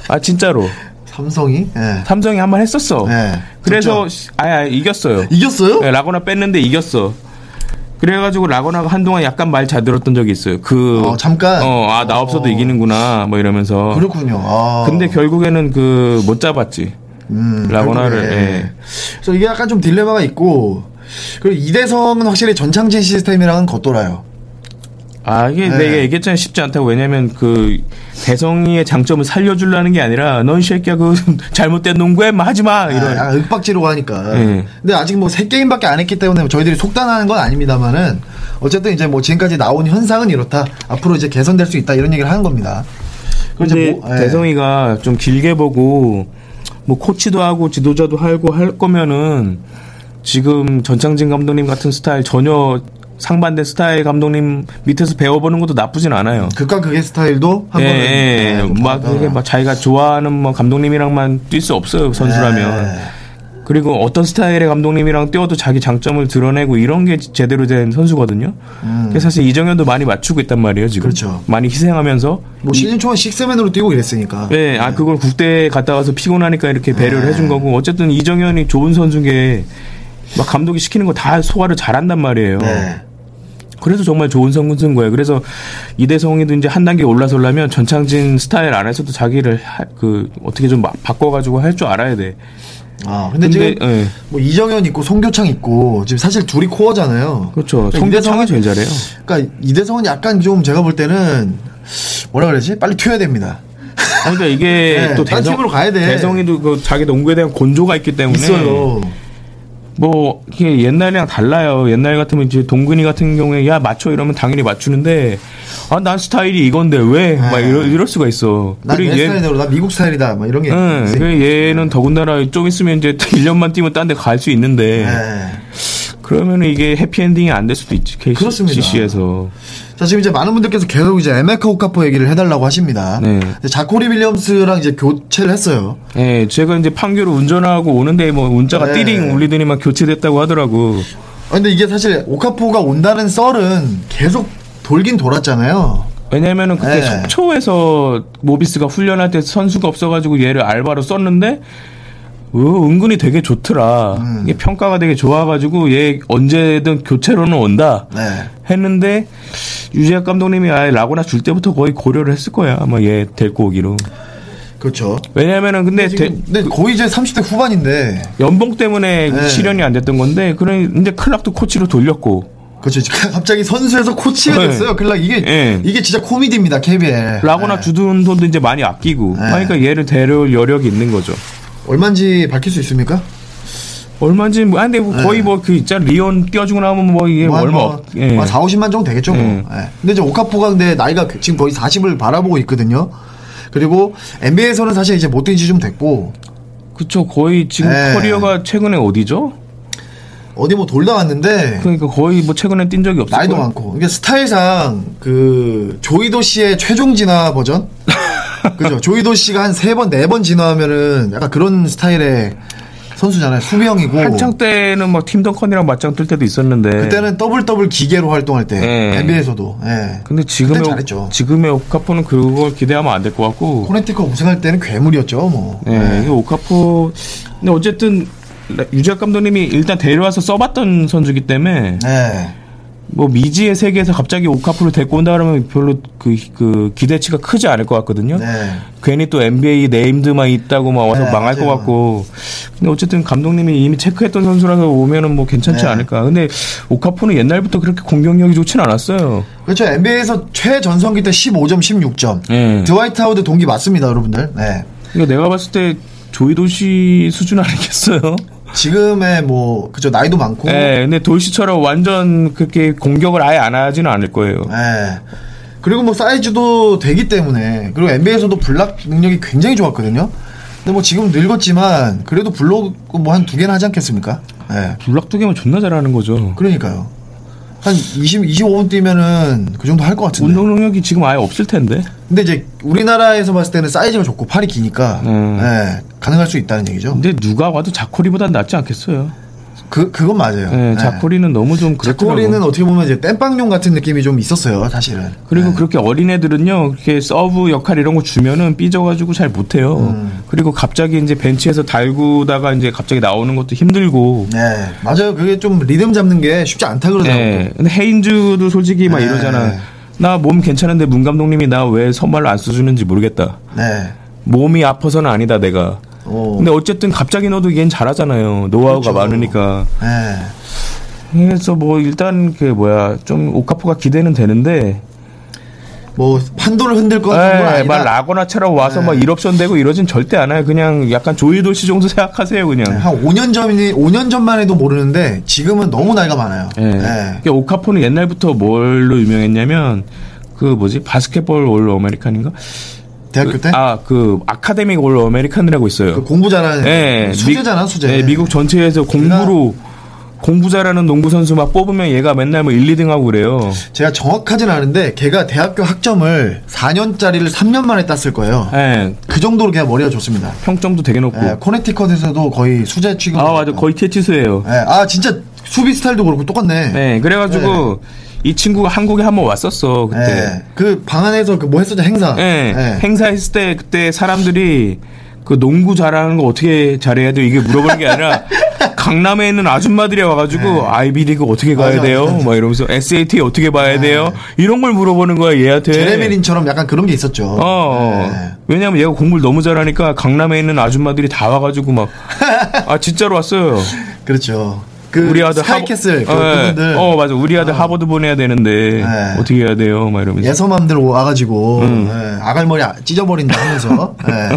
Speaker 3: 아 진짜로
Speaker 2: 삼성이 예.
Speaker 3: 삼성이 한 번 했었어.
Speaker 2: 예.
Speaker 3: 그래서 아야 이겼어요.
Speaker 2: 이겼어요?
Speaker 3: 네, 라거나 뺐는데 이겼어. 그래가지고 라거나가 한동안 약간 말 잘 들었던 적이 있어요. 그
Speaker 2: 어, 잠깐.
Speaker 3: 아 나 없어도
Speaker 2: 어.
Speaker 3: 이기는구나 뭐 이러면서.
Speaker 2: 그렇군요. 아.
Speaker 3: 근데 결국에는 그 못 잡았지.
Speaker 2: 음,
Speaker 3: 라고나를,
Speaker 2: 결국에.
Speaker 3: 예.
Speaker 2: 그래서 이게 약간 좀 딜레마가 있고 그리고 이대성은 확실히 전창진 시스템이랑은 겉돌아요.
Speaker 3: 아 이게
Speaker 2: 네.
Speaker 3: 내가 얘기했잖아 쉽지 않다고 왜냐면 그 대성이의 장점을 살려주려는 게 아니라 넌 새끼야 그 잘못된 농구에 하지마 이런
Speaker 2: 아, 약간 윽박지르고 하니까.
Speaker 3: 예.
Speaker 2: 근데 아직 뭐 세 게임밖에 안 했기 때문에 뭐 저희들이 속단하는 건 아닙니다만은 어쨌든 이제 뭐 지금까지 나온 현상은 이렇다. 앞으로 이제 개선될 수 있다 이런 얘기를 하는 겁니다. 그리고
Speaker 3: 근데
Speaker 2: 이제 뭐- 예.
Speaker 3: 대성이가 좀 길게 보고 뭐 코치도 하고 지도자도 하고 할 거면은 지금 전창진 감독님 같은 스타일 전혀 상반된 스타일 감독님 밑에서 배워보는 것도 나쁘진 않아요.
Speaker 2: 극과 극의 스타일도 한번 네,
Speaker 3: 예, 예, 예. 막 이게 막 자기가 좋아하는 뭐 감독님이랑만 뛸 수 없어요 그
Speaker 2: 네.
Speaker 3: 선수라면. 그리고 어떤 스타일의 감독님이랑 뛰어도 자기 장점을 드러내고 이런 게 제대로 된 선수거든요. 그래서 사실 이정현도 많이 맞추고 있단 말이에요
Speaker 2: 음.
Speaker 3: 지금.
Speaker 2: 그렇죠.
Speaker 3: 많이 희생하면서
Speaker 2: 뭐 시즌 초반 식스맨으로 뛰고 이랬으니까.
Speaker 3: 네, 아 그걸 국대 갔다 와서 피곤하니까 이렇게
Speaker 2: 네.
Speaker 3: 배려를 해준 거고 어쨌든 이정현이 좋은 선수인 게막 감독이 시키는 거 다 소화를 잘한단 말이에요.
Speaker 2: 네.
Speaker 3: 그래서 정말 좋은 선수인 거예요. 그래서 이대성이도 이제 한 단계 올라서려면 전창진 스타일 안에서도 자기를 하- 그 어떻게 좀 막 바꿔가지고 할 줄 알아야 돼.
Speaker 2: 아, 근데, 지금
Speaker 3: 예,
Speaker 2: 뭐 이정현 있고 송교창 있고 지금 사실 둘이 코어잖아요.
Speaker 3: 그렇죠.
Speaker 2: 그러니까
Speaker 3: 송대창이
Speaker 2: 이대성은-
Speaker 3: 제일 잘해요.
Speaker 2: 그러니까 이대성은 약간 좀 제가 볼 때는 뭐라 그러지? 빨리 튀어야 됩니다.
Speaker 3: 아니, 그러니까 이게
Speaker 2: 네,
Speaker 3: 또
Speaker 2: 딴
Speaker 3: 대성,
Speaker 2: 팀으로 가야 돼.
Speaker 3: 대성이도 그 자기 농구에 대한 곤조가 있기 때문에 네.
Speaker 2: 있어요.
Speaker 3: 뭐 이게 옛날이랑 달라요. 옛날 같으면 이제 동근이 같은 경우에 야 맞춰 이러면 당연히 맞추는데 아 난 스타일이 이건데 왜 막
Speaker 2: 네.
Speaker 3: 이럴, 이럴 수가 있어.
Speaker 2: 난내
Speaker 3: 그리고 얘-
Speaker 2: 스타일대로 나 미국 스타일이다. 막 이런 게.
Speaker 3: 응,
Speaker 2: 있으니까.
Speaker 3: 그 얘는 더군다나 좀 있으면 이제 1년만 뛰면 딴 데 갈 수 있는데
Speaker 2: 네.
Speaker 3: 그러면 이게 해피엔딩이 안 될 수도 있지. KC,
Speaker 2: 그렇습니다.
Speaker 3: CC에서.
Speaker 2: 자 지금 이제 많은 분들께서 계속 이제 에메카 오카포 얘기를 해달라고 하십니다.
Speaker 3: 네.
Speaker 2: 근데 자코리 윌리엄스랑 이제 교체를 했어요.
Speaker 3: 예, 제가 이제 판교로 운전하고 오는데 뭐 운자가
Speaker 2: 네.
Speaker 3: 띠링 울리더니만 교체됐다고 하더라고.
Speaker 2: 아, 근데 이게 사실 오카포가 온다는 썰은 계속 돌긴 돌았잖아요.
Speaker 3: 왜냐면은 그때
Speaker 2: 네.
Speaker 3: 속초에서 모비스가 훈련할 때 선수가 없어가지고 얘를 알바로 썼는데 어, 은근히 되게 좋더라.
Speaker 2: 음.
Speaker 3: 이게 평가가 되게 좋아가지고 얘 언제든 교체로는 온다.
Speaker 2: 네.
Speaker 3: 했는데 유재학 감독님이 아예 라고나 줄 때부터 거의 고려를 했을 거야. 아마 얘 데리고 오기로.
Speaker 2: 그렇죠.
Speaker 3: 왜냐면은 근데 데-
Speaker 2: 지금 근데 거의 이제 30대 후반인데
Speaker 3: 연봉 때문에
Speaker 2: 네.
Speaker 3: 실현이 안 됐던 건데 그런 근데 클락도 코치로 돌렸고
Speaker 2: 그렇죠. 지금 갑자기 선수에서 코치가
Speaker 3: 네.
Speaker 2: 됐어요. 클락 이게
Speaker 3: 네.
Speaker 2: 이게 진짜 코미디입니다. KBL.
Speaker 3: 라고나
Speaker 2: 네.
Speaker 3: 주둔 돈도 이제 많이 아끼고
Speaker 2: 네.
Speaker 3: 그러니까 얘를 데려올 여력이 있는 거죠.
Speaker 2: 얼마인지 밝힐 수 있습니까?
Speaker 3: 얼마인지 뭐, 아, 근데 뭐 거의 뭐 그 있잖아 리온 띄워주고 나면 뭐 이게
Speaker 2: 네. 뭐 한,
Speaker 3: 얼마
Speaker 2: 뭐,
Speaker 3: 없. 예.
Speaker 2: 한 4, 50만 정도 되겠죠. 뭐.
Speaker 3: 예.
Speaker 2: 예. 근데 이제 오카포가 근데 나이가 그- 지금 거의 40을 바라보고 있거든요. 그리고 NBA에서는 사실 이제 못 뛴 지 좀 됐고
Speaker 3: 그쵸 거의 지금
Speaker 2: 예.
Speaker 3: 커리어가 최근에 어디죠?
Speaker 2: 어디 뭐 돌다 왔는데
Speaker 3: 그러니까 거의 뭐 최근에 뛴 적이 없어요.
Speaker 2: 나이도 많고 이게 스타일상 그 조이도 씨의 최종 진화 버전 그죠 조이도 씨가 한 세 번 네 번 진화하면은 약간 그런 스타일의 선수잖아요 수비형이고 예.
Speaker 3: 한창 때는 막 팀덩컨이랑 맞짱 뜰 때도 있었는데
Speaker 2: 그때는 더블 더블 기계로 활동할 때
Speaker 3: 예.
Speaker 2: NBA에서도 예.
Speaker 3: 근데 지금의
Speaker 2: 그땐 잘했죠.
Speaker 3: 지금의 오카포는 그걸 기대하면 안 될 것 같고
Speaker 2: 코네티컷 우승할 때는 괴물이었죠 뭐
Speaker 3: 그 예, 이게 오카포. 근데 어쨌든 유재학 감독님이 일단 데려와서 써봤던 선수기 때문에
Speaker 2: 예.
Speaker 3: 뭐 미지의 세계에서 갑자기 오카포를 데리고 온다 그러면 별로 그, 그 기대치가 크지 않을 것 같거든요.
Speaker 2: 네.
Speaker 3: 괜히 또 NBA 네임드만 있다고 막 와서
Speaker 2: 네,
Speaker 3: 망할 것
Speaker 2: 맞아요.
Speaker 3: 같고. 근데 어쨌든 감독님이 이미 체크했던 선수라서 오면은 뭐 괜찮지
Speaker 2: 네.
Speaker 3: 않을까. 근데 오카포는 옛날부터 그렇게 공격력이 좋진 않았어요.
Speaker 2: 그렇죠. NBA에서 최전성기 때 15점, 16점.
Speaker 3: 예.
Speaker 2: 드와이트 하우드 동기 맞습니다, 여러분들. 네.
Speaker 3: 그러니까 내가 봤을 때 조이도시 수준 아니겠어요?
Speaker 2: 지금의 뭐 그죠 나이도 많고.
Speaker 3: 예, 근데 돌시처럼 완전 그렇게 공격을 아예 안 하지는 않을 거예요.
Speaker 2: 예. 그리고 뭐 사이즈도 되기 때문에 그리고 NBA에서도 블락 능력이 굉장히 좋았거든요. 근데 뭐 지금 늙었지만 그래도 블록 뭐 한 두 개는 하지 않겠습니까? 예.
Speaker 3: 블락 두 개면 존나 잘하는
Speaker 2: 네.
Speaker 3: 거죠.
Speaker 2: 그러니까요. 한 20, 25분 뛰면은 그 정도 할 것 같은데.
Speaker 3: 운동 능력이 지금 아예 없을 텐데.
Speaker 2: 근데 이제 우리나라에서 봤을 때는 사이즈가 좋고 팔이 기니까
Speaker 3: 음.
Speaker 2: 예, 가능할 수 있다는 얘기죠.
Speaker 3: 근데 누가 와도 자코리보단 낫지 않겠어요.
Speaker 2: 그 그건 맞아요.
Speaker 3: 예,
Speaker 2: 예.
Speaker 3: 자코리는 너무 좀 그렇더라고.
Speaker 2: 자코리는 어떻게 보면 이제 땜빵용 같은 느낌이 좀 있었어요, 사실은.
Speaker 3: 그리고 그렇게 어린애들은요, 그렇게 서브 역할 이런 거 주면은 삐져가지고 잘 못해요.
Speaker 2: 음.
Speaker 3: 그리고 갑자기 이제 벤치에서 달구다가 이제 갑자기 나오는 것도 힘들고.
Speaker 2: 네, 맞아요. 그게 좀 리듬 잡는 게 쉽지 않다 그러더라고요.
Speaker 3: 예. 근데 헤인즈도 솔직히 막
Speaker 2: 네.
Speaker 3: 이러잖아. 나 몸 괜찮은데 문 감독님이 나 왜 선발로 안 써주는지 모르겠다.
Speaker 2: 네.
Speaker 3: 몸이 아파서는 아니다 내가.
Speaker 2: 어.
Speaker 3: 근데 어쨌든 갑자기 넣어도 얘는 잘하잖아요. 노하우가
Speaker 2: 그렇죠.
Speaker 3: 많으니까.
Speaker 2: 네.
Speaker 3: 그래서 뭐 일단 그 뭐야 좀 오카포가 기대는 되는데.
Speaker 2: 뭐 판도를 흔들 건
Speaker 3: 에이, 막
Speaker 2: 아니다.
Speaker 3: 네, 라거나처럼 와서
Speaker 2: 네.
Speaker 3: 막 일옵션 되고 이러진 절대 안 해요. 그냥 약간 조이돌씨 정도 생각하세요 그냥.
Speaker 2: 네, 한 5년 전이 5년 전만 해도 모르는데 지금은 너무 나이가 많아요.
Speaker 3: 예.
Speaker 2: 네.
Speaker 3: 그러니까 오카포는 옛날부터 뭘로 유명했냐면 그 뭐지 바스켓볼 올 어메리칸인가?
Speaker 2: 대학교 때
Speaker 3: 아그 아카데미 올 어메리칸이라고 있어요.
Speaker 2: 그 공부 잘하는
Speaker 3: 예,
Speaker 2: 수제잖아,
Speaker 3: 미-
Speaker 2: 수제.
Speaker 3: 예, 미국 전체에서 공부로 공부 잘하는 농구 선수 막 뽑으면 얘가 맨날 뭐 1, 2등 하고 그래요.
Speaker 2: 제가 정확하진 않은데 걔가 대학교 학점을 4년짜리를 3년 만에 땄을 거예요.
Speaker 3: 예.
Speaker 2: 그 정도로 걔가 머리가 좋습니다.
Speaker 3: 평점도 되게 높고.
Speaker 2: 예, 코네티컷에서도 거의 수제 취급.
Speaker 3: 아, 맞아. 거의 퇴치수예요.
Speaker 2: 예, 아 진짜 수비 스타일도 그렇고 똑같네.
Speaker 3: 네, 그래 가지고 이 친구가 한국에 한번 왔었어, 그때.
Speaker 2: 네. 그방 안에서 그 뭐 했었죠 행사.
Speaker 3: 예.
Speaker 2: 예.
Speaker 3: 행사했을 때 그때 사람들이 그 농구 잘하는 거 어떻게 잘해야 돼? 이게 물어보는 게 아니라 강남에 있는 아줌마들이 와가지고 아이비리그 어떻게 가야
Speaker 2: 네. 맞아, 네.
Speaker 3: 돼요?
Speaker 2: 맞아.
Speaker 3: 막 이러면서 SAT 어떻게 봐야 돼요? 이런 걸 물어보는 거야 얘한테.
Speaker 2: 제레미 린처럼 약간 그런 게 있었죠.
Speaker 3: 어, 어.
Speaker 2: 예.
Speaker 3: 왜냐면 얘가 공부를 너무 잘하니까 강남에 있는 아줌마들이 다 와가지고 막, 아, 진짜로 왔어요.
Speaker 2: 그렇죠. 그
Speaker 3: 우리 아들
Speaker 2: 스카이캐슬 그
Speaker 3: 예.
Speaker 2: 그분들.
Speaker 3: 어 맞아 우리 아들 하버드 보내야 되는데
Speaker 2: 네.
Speaker 3: 어떻게 해야 돼요? 음. 막 이러면서
Speaker 2: 예서맘들 와가지고 예, 아갈머리 아- 찢어버린다 하면서 예.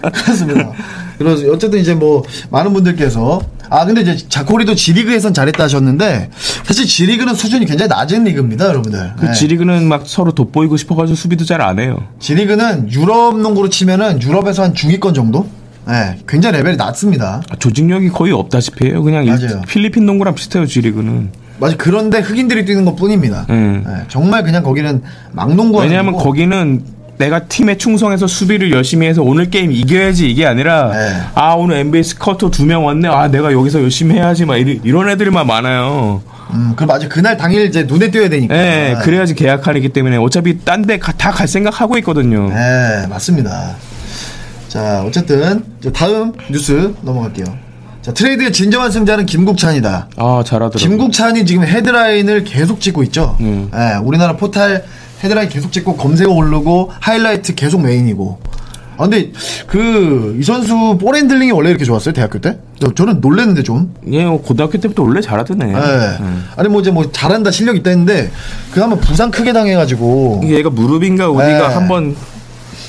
Speaker 2: 그렇습니다. 그래서 어쨌든 이제 뭐 많은 분들께서 아 근데 이제 자코리도 지리그에선 잘했다 하셨는데 사실 지리그는 수준이 굉장히 낮은 리그입니다, 여러분들.
Speaker 3: 그
Speaker 2: 예.
Speaker 3: 지리그는 막 서로 돋보이고 싶어가지고 수비도 잘 안 해요.
Speaker 2: 지리그는 유럽 농구로 치면은 유럽에서 한 중위권 정도. 예, 굉장히 레벨이 낮습니다.
Speaker 3: 아, 조직력이 거의 없다시피 해요. 그냥 일-
Speaker 2: 맞아요.
Speaker 3: 필리핀 농구랑 비슷해요 지리그는.
Speaker 2: 맞아 그런데 흑인들이 뛰는 것 뿐입니다. 예,
Speaker 3: 음.
Speaker 2: 정말 그냥 거기는 막농구.
Speaker 3: 왜냐하면 거기는 내가 팀에 충성해서 수비를 열심히 해서 오늘 게임 이겨야지 이게 아니라
Speaker 2: 네.
Speaker 3: 아 오늘 NBA 스커터 두 명 왔네 아 내가 여기서 열심히 해야지 막 이리- 이런 애들만 많아요.
Speaker 2: 음, 그 맞아 그날 당일 이제 눈에 띄어야 되니까.
Speaker 3: 예, 그래야지 계약하기 때문에 어차피 딴 데 다 갈 생각하고 있거든요.
Speaker 2: 네, 맞습니다. 자, 어쨌든 이제 다음 뉴스 넘어갈게요. 자, 트레이드의 진정한 승자는 김국찬이다.
Speaker 3: 아 잘하더라고.
Speaker 2: 김국찬이 지금 헤드라인을 계속 찍고 있죠.
Speaker 3: 네.
Speaker 2: 예, 우리나라 포탈 헤드라인 계속 찍고 검색어 오르고 하이라이트 계속 메인이고. 아, 근데 그 이 선수 볼 핸들링이 원래 이렇게 좋았어요 대학교 때? 저, 저는 놀랬는데 좀.
Speaker 3: 예, 뭐 고등학교 때부터 원래 잘하더네.
Speaker 2: 예. 아니 뭐 이제 뭐 잘한다 실력 있다 했는데 그 한번 부상 크게 당해가지고
Speaker 3: 이게 그 얘가 무릎인가 어디가
Speaker 2: 예.
Speaker 3: 한번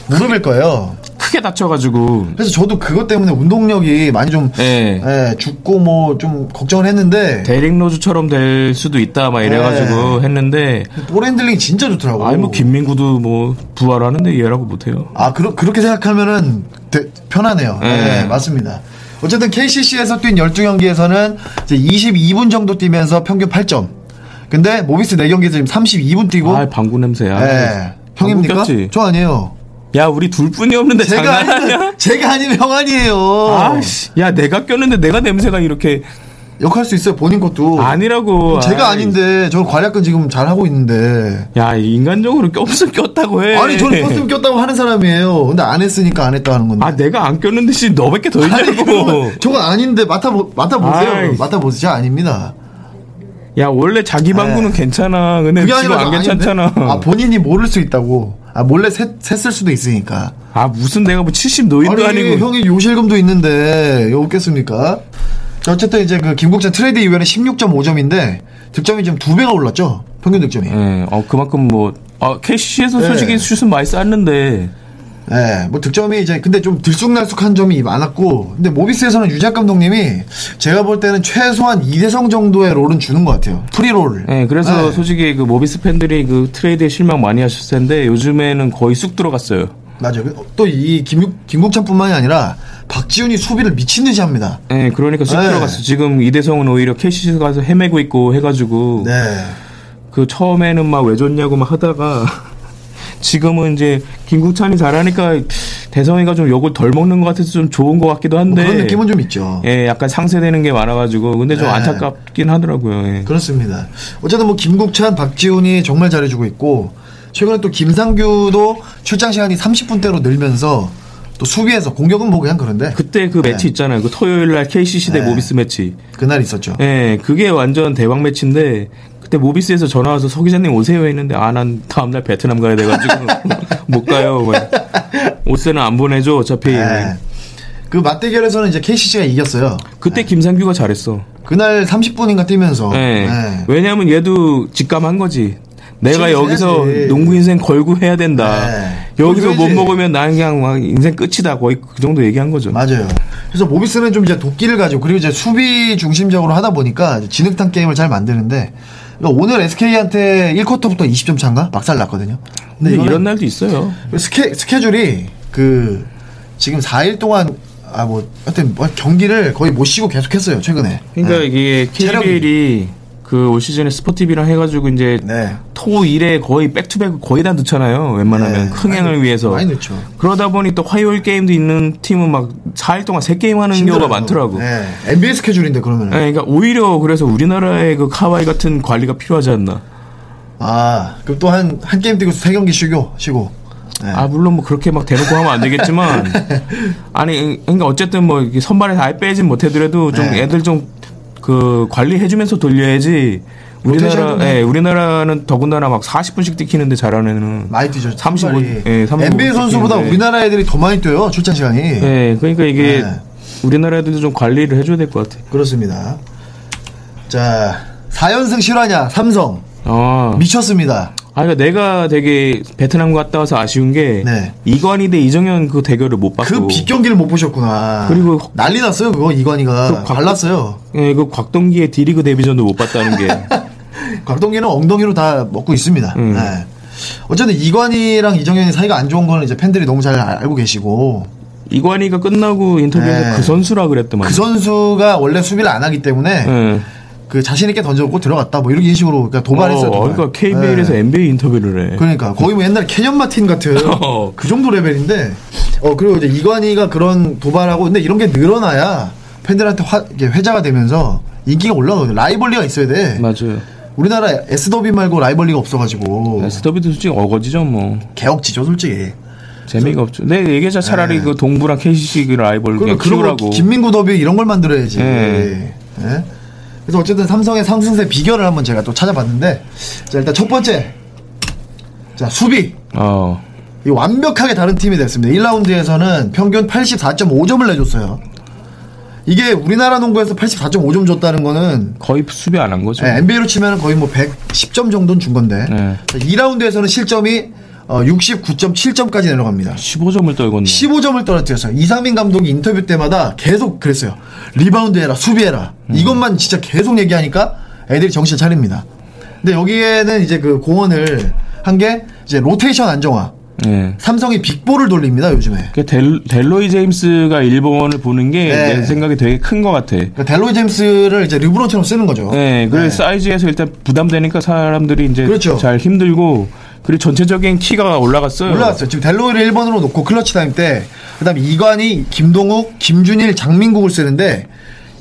Speaker 2: 무릎일 거예요.
Speaker 3: 크게 다쳐가지고.
Speaker 2: 그래서 저도 그것 때문에 운동력이 많이 좀
Speaker 3: 예.
Speaker 2: 예, 죽고 뭐 좀 걱정을 했는데
Speaker 3: 데릭 로즈처럼 될 수도 있다 막 이래가지고
Speaker 2: 네.
Speaker 3: 했는데
Speaker 2: 볼 핸들링이 진짜 좋더라고.
Speaker 3: 아니 뭐 김민구도 뭐 부활하는데 얘라고 못해요.
Speaker 2: 아, 그러, 그렇게 생각하면은 되- 편하네요.
Speaker 3: 예.
Speaker 2: 네, 맞습니다. 어쨌든 KCC에서 뛴 12경기에서는 이제 22분 정도 뛰면서 평균 8점. 근데 모비스 4경기에서 지금 32분 뛰고
Speaker 3: 아 방구 냄새야.
Speaker 2: 뭐? 예.
Speaker 3: 방구
Speaker 2: 형입니까?
Speaker 3: 꼈지?
Speaker 2: 저 아니에요.
Speaker 3: 야 우리 둘뿐이 없는데
Speaker 2: 제가 어.
Speaker 3: 장난 아니야?
Speaker 2: 아니면 제가 아니면 형 아니에요.
Speaker 3: 아씨, 야 내가 꼈는데 내가 냄새가 이렇게
Speaker 2: 욕할 수 있어요. 본인 것도.
Speaker 3: 아니라고.
Speaker 2: 제가
Speaker 3: 아이.
Speaker 2: 아닌데 저는 관략근 지금 잘 하고 있는데
Speaker 3: 야 인간적으로 꼈으면 꼈다고 해.
Speaker 2: 아니 저는 컸으면 꼈다고 하는 사람이에요. 근데 안 했으니까 안 했다 하는 건데.
Speaker 3: 아 내가 안 꼈는데 씨 너밖에 더
Speaker 2: 아니
Speaker 3: 있냐고.
Speaker 2: 그러면 저건 아닌데 맡아 맡아 보세요.
Speaker 3: 아이.
Speaker 2: 맡아 보세요. 아닙니다.
Speaker 3: 야 원래 자기 방구는 괜찮아. 근데
Speaker 2: 예. 그게
Speaker 3: 지금
Speaker 2: 아니라
Speaker 3: 안
Speaker 2: 아닌데?
Speaker 3: 괜찮잖아.
Speaker 2: 아 본인이 모를 수 있다고. 아 몰래 샜, 샜을 수도 있으니까.
Speaker 3: 아 무슨 내가 뭐 70 노인도
Speaker 2: 아니,
Speaker 3: 아니고.
Speaker 2: 형이 요실금도 있는데 여기 없겠습니까? 자, 어쨌든 이제 그 김국찬 트레이드 이후에는 16.5점인데 득점이 지금 두 배가 올랐죠. 평균 득점이. 예.
Speaker 3: 예, 어 그만큼 뭐. 아, 캐시에서
Speaker 2: 네.
Speaker 3: 솔직히 슛은 많이 쌌는데
Speaker 2: 뭐 득점이 이제 근데 좀 들쑥날쑥한 점이 많았고 근데 모비스에서는 유작 감독님이 제가 볼 때는 최소한 이대성 정도의 롤은 주는 것 같아요. 프리롤.
Speaker 3: 예, 그래서
Speaker 2: 예.
Speaker 3: 솔직히 그 모비스 팬들이 그 트레이드에 실망 많이 하셨을 텐데 요즘에는 거의 쑥 들어갔어요.
Speaker 2: 맞아요. 또 이 김국찬뿐만이 아니라 박지훈이 수비를 미친 듯이 합니다.
Speaker 3: 예, 그러니까 쑥
Speaker 2: 네.
Speaker 3: 들어갔어. 지금 이대성은 오히려 캐시에서 가서 헤매고 있고 해가지고
Speaker 2: 네.
Speaker 3: 그 처음에는 막 왜 줬냐고 막 하다가 지금은 이제 김국찬이 잘하니까 대성이가 좀 욕을 덜 먹는 것 같아서 좀 좋은 것 같기도
Speaker 2: 뭐
Speaker 3: 한데
Speaker 2: 그런 느낌은 좀 있죠.
Speaker 3: 네. 예, 약간 상쇄되는 게 많아가지고 근데 좀
Speaker 2: 네.
Speaker 3: 안타깝긴 하더라고요. 예.
Speaker 2: 그렇습니다. 어쨌든 뭐 김국찬, 박지훈이 정말 잘해주고 있고 최근에 또 김상규도 출장 시간이 30분대로 늘면서 또 수비에서 공격은 뭐 그냥 그런데
Speaker 3: 그때 그
Speaker 2: 네.
Speaker 3: 매치 있잖아요. 그 토요일 날 KCC 대 모비스 매치.
Speaker 2: 그날 있었죠.
Speaker 3: 예, 그게 완전 대박 매치인데 그때 모비스에서 전화 와서 서 기자님 오세요 했는데 아 난 다음 날 베트남 가야 돼 가지고 못 가요. 막. 옷세는 안 보내줘 어차피.
Speaker 2: 네. 그 맞대결에서는 이제 KCC가 이겼어요.
Speaker 3: 그때 김상규가 잘했어.
Speaker 2: 그날 30분인가 뛰면서
Speaker 3: 예.
Speaker 2: 네.
Speaker 3: 왜냐하면 얘도 직감한 거지. 내가
Speaker 2: 그치,
Speaker 3: 여기서
Speaker 2: 해야지.
Speaker 3: 농구 인생 걸고 해야 된다.
Speaker 2: 네.
Speaker 3: 여기서 못
Speaker 2: 그래야지.
Speaker 3: 먹으면 난 그냥 막 인생 끝이다. 거의 그 정도 얘기한 거죠.
Speaker 2: 맞아요. 그래서 모비스는 좀 이제 도끼를 가지고 그리고 이제 수비 중심적으로 하다 보니까 이제 진흙탕 게임을 잘 만드는데 그러니까 오늘 SK한테 1쿼터부터 20점 차인가 막살 났거든요.
Speaker 3: 근데
Speaker 2: 이거는
Speaker 3: 이런 날도 있어요.
Speaker 2: 스케, 스케줄이 그 지금 4일 동안 아 뭐 하여튼 뭐 경기를 거의 못 쉬고 계속했어요 최근에.
Speaker 3: 그러니까
Speaker 2: 네.
Speaker 3: 이게
Speaker 2: 체력이.
Speaker 3: KBL이 그 올 시즌에 스포티비랑 해가지고 이제
Speaker 2: 네.
Speaker 3: 토 일에 거의 백투백 거의 다 넣잖아요. 웬만하면
Speaker 2: 네,
Speaker 3: 흥행을
Speaker 2: 많이 넣-
Speaker 3: 위해서
Speaker 2: 많이 넣죠.
Speaker 3: 그러다 보니 또 화요일 게임도 있는 팀은 막 4일 동안 3게임 하는 경우가
Speaker 2: 힘들어요.
Speaker 3: 많더라고. 네.
Speaker 2: 네. NBA 스케줄인데 그러면 은
Speaker 3: 그러니까 오히려 그래서 우리나라의 그 카와이 같은 관리가 필요하지 않나.
Speaker 2: 아 그럼 또 한 한 게임 뛰고 세 경기 쉬고 쉬고. 네.
Speaker 3: 아 물론 뭐 그렇게 막 대놓고 하면 안 되겠지만 아니 그러니까 어쨌든 뭐 이게 선발에서 아예 빼진 못해더라도 좀
Speaker 2: 네.
Speaker 3: 애들 좀 그 관리해주면서 돌려야지 우리나라
Speaker 2: 로테이션은
Speaker 3: 예 우리나라는 더군다나 막 40분씩 뛰키는데 잘하는 애는
Speaker 2: 많이 뛰죠.
Speaker 3: 35
Speaker 2: 선발이.
Speaker 3: 예, 35
Speaker 2: NBA 선수보다
Speaker 3: 뛰는데.
Speaker 2: 우리나라 애들이 더 많이 뛰어요 출장 시간이.
Speaker 3: 예 그러니까 이게
Speaker 2: 네.
Speaker 3: 우리나라 애들도 좀 관리를 해줘야 될 것 같아.
Speaker 2: 그렇습니다. 자, 4연승 실화냐, 삼성.
Speaker 3: 아,
Speaker 2: 미쳤습니다.
Speaker 3: 아, 그러니까 내가 되게 베트남 갔다 와서 아쉬운 게
Speaker 2: 네.
Speaker 3: 이관희 대 이정현 그 대결을 못 봤고
Speaker 2: 그 빅경기를 못 보셨구나.
Speaker 3: 그리고
Speaker 2: 난리 났어요, 그거, 이관희가.
Speaker 3: 그 곽-
Speaker 2: 갈랐어요.
Speaker 3: 예, 그 곽동기의 디리그 데뷔전도 못 봤다는 게
Speaker 2: 곽동기는 엉덩이로 다 먹고 있습니다.
Speaker 3: 음.
Speaker 2: 네. 어쨌든 이관희랑 이정현이 사이가 안 좋은 거는 이제 팬들이 너무 잘 알고 계시고
Speaker 3: 이관희가 끝나고 인터뷰에서
Speaker 2: 네.
Speaker 3: 그 선수라 그랬더만.
Speaker 2: 그 선수가 원래 수비를 안 하기 때문에
Speaker 3: 예.
Speaker 2: 그 자신 있게 던졌고 들어갔다 뭐 이런 식으로 그러니까 도발했어요.
Speaker 3: 어,
Speaker 2: 도발.
Speaker 3: 그러니까 KBL에서
Speaker 2: 네.
Speaker 3: NBA 인터뷰를 해.
Speaker 2: 그러니까 거의 뭐 옛날 캐년 마틴 같은
Speaker 3: 어.
Speaker 2: 그 정도 레벨인데 어 그리고 이제 이관희가 그런 도발하고 근데 이런 게 늘어나야 팬들한테 화, 이게 회자가 되면서 인기가 올라가거든. 라이벌리가 있어야 돼.
Speaker 3: 맞아요.
Speaker 2: 우리나라 S 더비 말고 라이벌리가 없어가지고
Speaker 3: 네, 스토비도 솔직히 어거지죠 뭐
Speaker 2: 개혁지죠 솔직히.
Speaker 3: 재미가 없죠. 내 얘기했잖아 차라리 그 동부랑 KCC 그 라이벌 그냥
Speaker 2: 네. 그러니까 그런 거
Speaker 3: 키우라고.
Speaker 2: 김민구 더비 이런 걸 만들어야지.
Speaker 3: 예.
Speaker 2: 예? 그래서 어쨌든 삼성의 상승세 비결을 한번 제가 또 찾아봤는데 자 일단 첫 번째 자 수비
Speaker 3: 어.
Speaker 2: 이 완벽하게 다른 팀이 됐습니다. 1라운드에서는 평균 84.5점을 내줬어요. 이게 우리나라 농구에서 84.5점 줬다는 거는
Speaker 3: 거의 수비 안 한 거죠.
Speaker 2: NBA로 치면 거의 뭐 110점 정도는 준 건데
Speaker 3: 네.
Speaker 2: 자, 2라운드에서는 실점이 어, 69.7점까지 내려갑니다.
Speaker 3: 15점을 떨궜네.
Speaker 2: 15점을 떨어뜨려서 이상민 감독이 인터뷰 때마다 계속 그랬어요. 리바운드 해라, 수비해라.
Speaker 3: 음.
Speaker 2: 이것만 진짜 계속 얘기하니까 애들이 정신 차립니다. 근데 여기에는 이제 그 공헌을 한 게 이제 로테이션 안정화.
Speaker 3: 예.
Speaker 2: 삼성이 빅볼을 돌립니다, 요즘에.
Speaker 3: 그 델, 델로이 제임스가 일본을 보는 게
Speaker 2: 네.
Speaker 3: 내 생각에 되게 큰 것 같아.
Speaker 2: 그러니까 델로이 잼스를 이제 르브론처럼 쓰는 거죠.
Speaker 3: 네, 그래서 사이즈에서 일단 부담되니까 사람들이 이제
Speaker 2: 그렇죠.
Speaker 3: 잘 힘들고 그리고 전체적인 키가 올라갔어요.
Speaker 2: 올라왔어요. 지금 델로이를 1번으로 놓고 클러치 타임 때, 그 다음에 이관희, 김동욱, 김준일, 장민국을 쓰는데,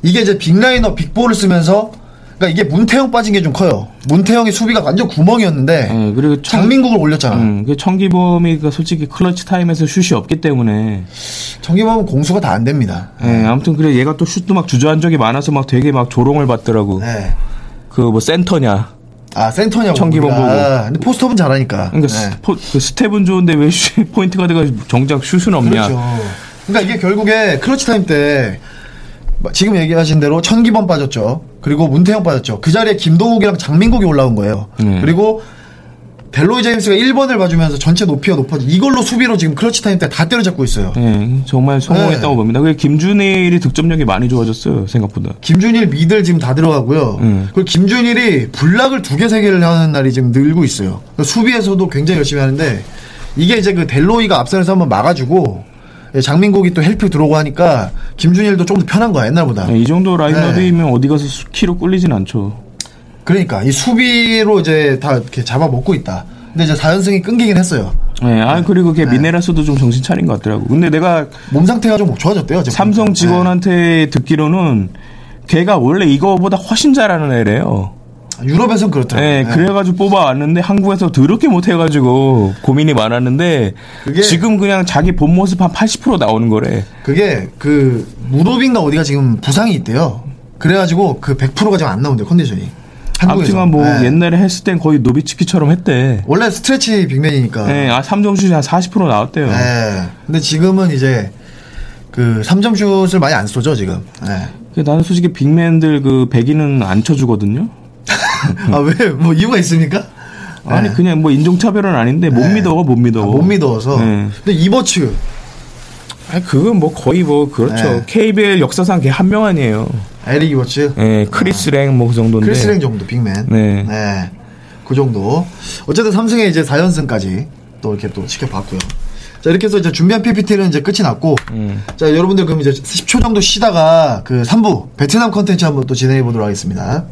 Speaker 2: 이게 이제 빅라이너, 빅볼을 쓰면서, 그러니까 이게 문태영 빠진 게 좀 커요. 문태영이 수비가 완전 구멍이었는데,
Speaker 3: 네, 그리고 청-
Speaker 2: 장민국을 올렸잖아.
Speaker 3: 음, 그 청기범이 그 솔직히 클러치 타임에서 슛이 없기 때문에.
Speaker 2: 정기범은 공수가 다 안 됩니다.
Speaker 3: 예, 아무튼 그래 얘가 또 슛도 막 주저한 적이 많아서 막 되게 막 조롱을 받더라고.
Speaker 2: 네.
Speaker 3: 그 뭐 센터냐.
Speaker 2: 아, 센터냐고.
Speaker 3: 정기범
Speaker 2: 우리가.
Speaker 3: 보고.
Speaker 2: 아, 근데 포스트업은 잘하니까. 네.
Speaker 3: 그러니까 스, 포, 그 스텝은 좋은데 왜 슛, 포인트 가드가 정작 슛은 없냐.
Speaker 2: 그렇죠. 그러니까 이게 결국에 클러치 타임 때 지금 얘기하신 대로 천기범 빠졌죠. 그리고 문태영 빠졌죠. 그 자리에 김동욱이랑 장민국이 올라온 거예요.
Speaker 3: 네.
Speaker 2: 그리고 델로이 제임스가 1번을 봐주면서 전체 높이가 높아져. 이걸로 수비로 지금 클러치 타임 때 다 때려잡고 있어요.
Speaker 3: 예, 정말 성공했다고
Speaker 2: 네.
Speaker 3: 봅니다. 그리고 김준일이 득점력이 많이 좋아졌어요 생각보다.
Speaker 2: 김준일 미들 지금 다 들어가고요.
Speaker 3: 음.
Speaker 2: 그리고 김준일이 블락을 두 개, 세 개를 하는 날이 지금 늘고 있어요. 그러니까 수비에서도 굉장히 열심히 하는데 이게 이제 그 델로이가 앞선에서 한번 막아주고 예, 장민국이 또 헬프 들어오고 하니까 김준일도 조금 더 편한 거야 옛날보다.
Speaker 3: 예, 이 정도
Speaker 2: 네.
Speaker 3: 라인업이면 어디 가서 수- 키로 꿀리진 않죠.
Speaker 2: 그러니까 이 수비로 이제 다 이렇게 잡아먹고 있다. 근데 이제 4연승이 끊기긴 했어요.
Speaker 3: 예, 아 그리고 걔 미네라스도 좀 정신 차린 것 같더라고. 근데 내가
Speaker 2: 몸 상태가 좀 좋아졌대요. 지금. 네.
Speaker 3: 삼성 직원한테 듣기로는 걔가 원래 이거보다 훨씬 잘하는 애래요.
Speaker 2: 네. 유럽에선 그렇더라고요.
Speaker 3: 예,
Speaker 2: 네.
Speaker 3: 그래가지고 뽑아왔는데 한국에서 더럽게 못해가지고 고민이 많았는데
Speaker 2: 그게-
Speaker 3: 지금 그냥 자기 본 모습 한 80% 나오는 거래.
Speaker 2: 그게 그 무릎인가 어디가 지금 부상이 있대요. 그래가지고 그 100%가 지금 안 나온대요 컨디션이. 한국에서.
Speaker 3: 앞지만 뭐
Speaker 2: 네.
Speaker 3: 옛날에 했을 땐 거의 노비츠키처럼 했대.
Speaker 2: 원래 스트레치 빅맨이니까.
Speaker 3: 예, 아 3점 슛이 한 40% 나왔대요.
Speaker 2: 네. 근데 지금은 이제 그 3점 슛을 많이 안 쏘죠 지금. 네.
Speaker 3: 그 나는 솔직히 빅맨들 그 백인은 안 쳐주거든요.
Speaker 2: 아왜 뭐 이유가 있습니까?
Speaker 3: 아니 그냥 뭐 인종차별은 아닌데 못 믿어, 못 믿어.
Speaker 2: 네. 아, 못 믿어서.
Speaker 3: 뭐. 네.
Speaker 2: 근데 이버츠
Speaker 3: 아니 그건 뭐 거의 뭐 그렇죠.
Speaker 2: 네.
Speaker 3: KBL 역사상 걔 한 명 아니에요.
Speaker 2: 에릭 이버츠.
Speaker 3: 예, 크리스랭 뭐 그 정도인데.
Speaker 2: 크리스랭 정도 빅맨.
Speaker 3: 네.
Speaker 2: 그 정도. 어쨌든 삼성의 이제 4연승까지 또 이렇게 또 지켜봤고요. 자, 이렇게 해서 이제 준비한 PPT는 이제 끝이 났고.
Speaker 3: 음.
Speaker 2: 자, 여러분들 그럼 이제 10초 정도 쉬다가 그 3부 베트남 컨텐츠 한번 또 진행해 보도록 하겠습니다.